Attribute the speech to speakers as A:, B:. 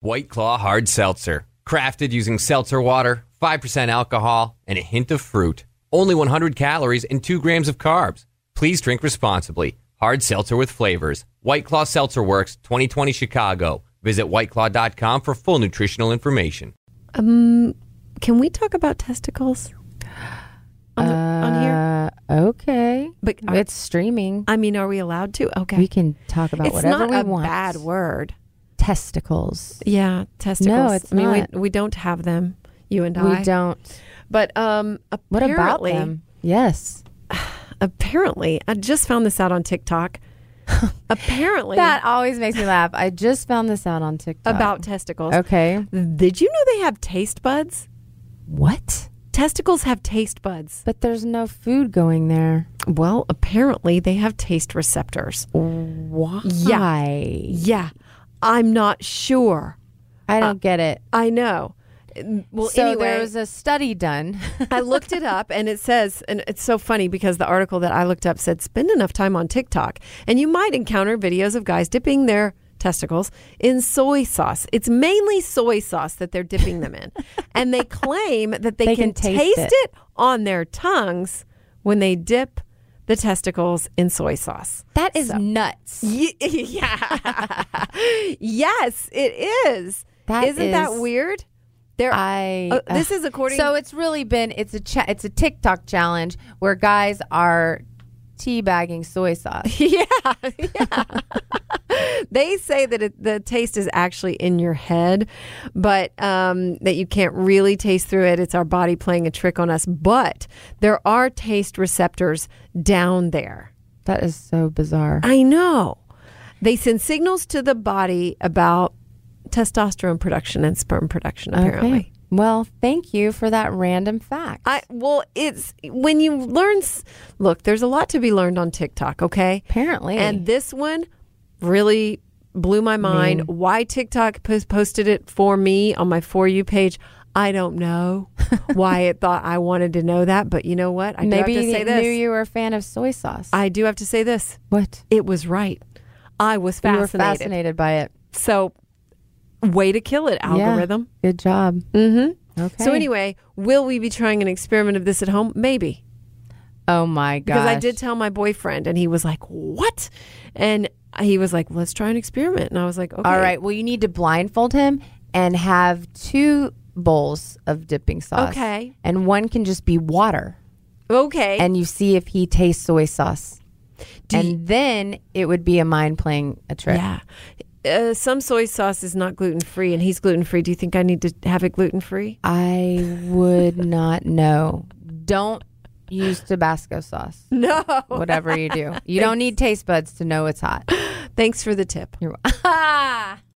A: White Claw Hard Seltzer. Crafted using seltzer water, 5% alcohol, and a hint of fruit. Only 100 calories and 2 grams of carbs. Please drink responsibly. Hard seltzer with flavors. White Claw Seltzer Works, 2020 Chicago. Visit whiteclaw.com for full nutritional information.
B: Um, can we talk about testicles on, the, on here?
C: Uh, okay.
B: But are-
C: it's streaming.
B: I mean, are we allowed to? Okay,
C: We can talk about
B: it's
C: whatever
B: not
C: we
B: a
C: want.
B: bad word.
C: Testicles.
B: Yeah, testicles.
C: it's
B: I mean,
C: not.
B: we we don't have them. You and I
C: We don't.
B: But um,
C: What about
B: apparently,
C: them? Yes.
B: Apparently, I just found this out on TikTok. apparently,
C: That always makes me laugh. I just found this out on TikTok.
B: about testicles.
C: Okay.
B: Did you know they have taste buds?
C: What?
B: Testicles have taste buds.
C: But there's no food going there.
B: Well, apparently they have taste receptors.
C: Why?
B: Yeah, I'm not sure.
C: I don't get it.
B: I know. Well,
C: so
B: anyway,
C: there was a study done.
B: I looked it up and it says, and it's so funny because the article that I looked up said, spend enough time on TikTok and you might encounter videos of guys dipping their testicles in soy sauce. It's mainly soy sauce that they're dipping them in. and they claim that they,
C: They can taste
B: it.
C: it.
B: on their tongues when they dip the testicles in soy sauce.
C: that is nuts.
B: Ye- Yeah. yes, it is.
C: That
B: Isn't that
C: is-
B: weird? There,
C: I
B: Uh, this is according
C: So it's really been it's a cha- it's a TikTok challenge where guys are teabagging soy sauce.
B: Yeah, yeah. they say that it, the taste is actually in your head, but um, that you can't really taste through it. It's our body playing a trick on us. But there are taste receptors down there.
C: That is so bizarre.
B: I know. They send signals to the body about testosterone production and sperm production. Apparently,
C: Okay. Well, thank you for that random fact.
B: I well, it's when you learn. s- Look, there's a lot to be learned on TikTok. Okay,
C: Apparently.
B: and this one really blew my mind. Why TikTok pos- posted it for me on my for you page? I don't know why it thought I wanted to know that, but you know what? I
C: Maybe
B: do have to say
C: you
B: this.
C: knew you were a fan of soy sauce.
B: I do have to say this.
C: what?
B: It was right. I was
C: You were
B: fascinated.
C: fascinated by it.
B: So, way to kill it,
C: Yeah.
B: algorithm.
C: Good job. Mm-hmm. Okay.
B: So anyway, will we be trying an experiment of this at home? Maybe.
C: oh my gosh.
B: because I did tell my boyfriend, and he was like, "What?" And he was like, "Let's try an experiment." And I was like, "Okay,
C: All right. Well, you need to blindfold him and have two bowls of dipping sauce.
B: Okay.
C: And one can just be water,
B: okay."
C: and you see if he tastes soy sauce. and then it would be a mind playing a trick.
B: yeah, uh, some soy sauce is not gluten free, and he's gluten free. Do you think I need to have it gluten free?
C: I would not know. Don't use Tabasco sauce.
B: No.
C: Whatever you do, you don't need taste buds to know it's hot.
B: Thanks for the tip.
C: You're-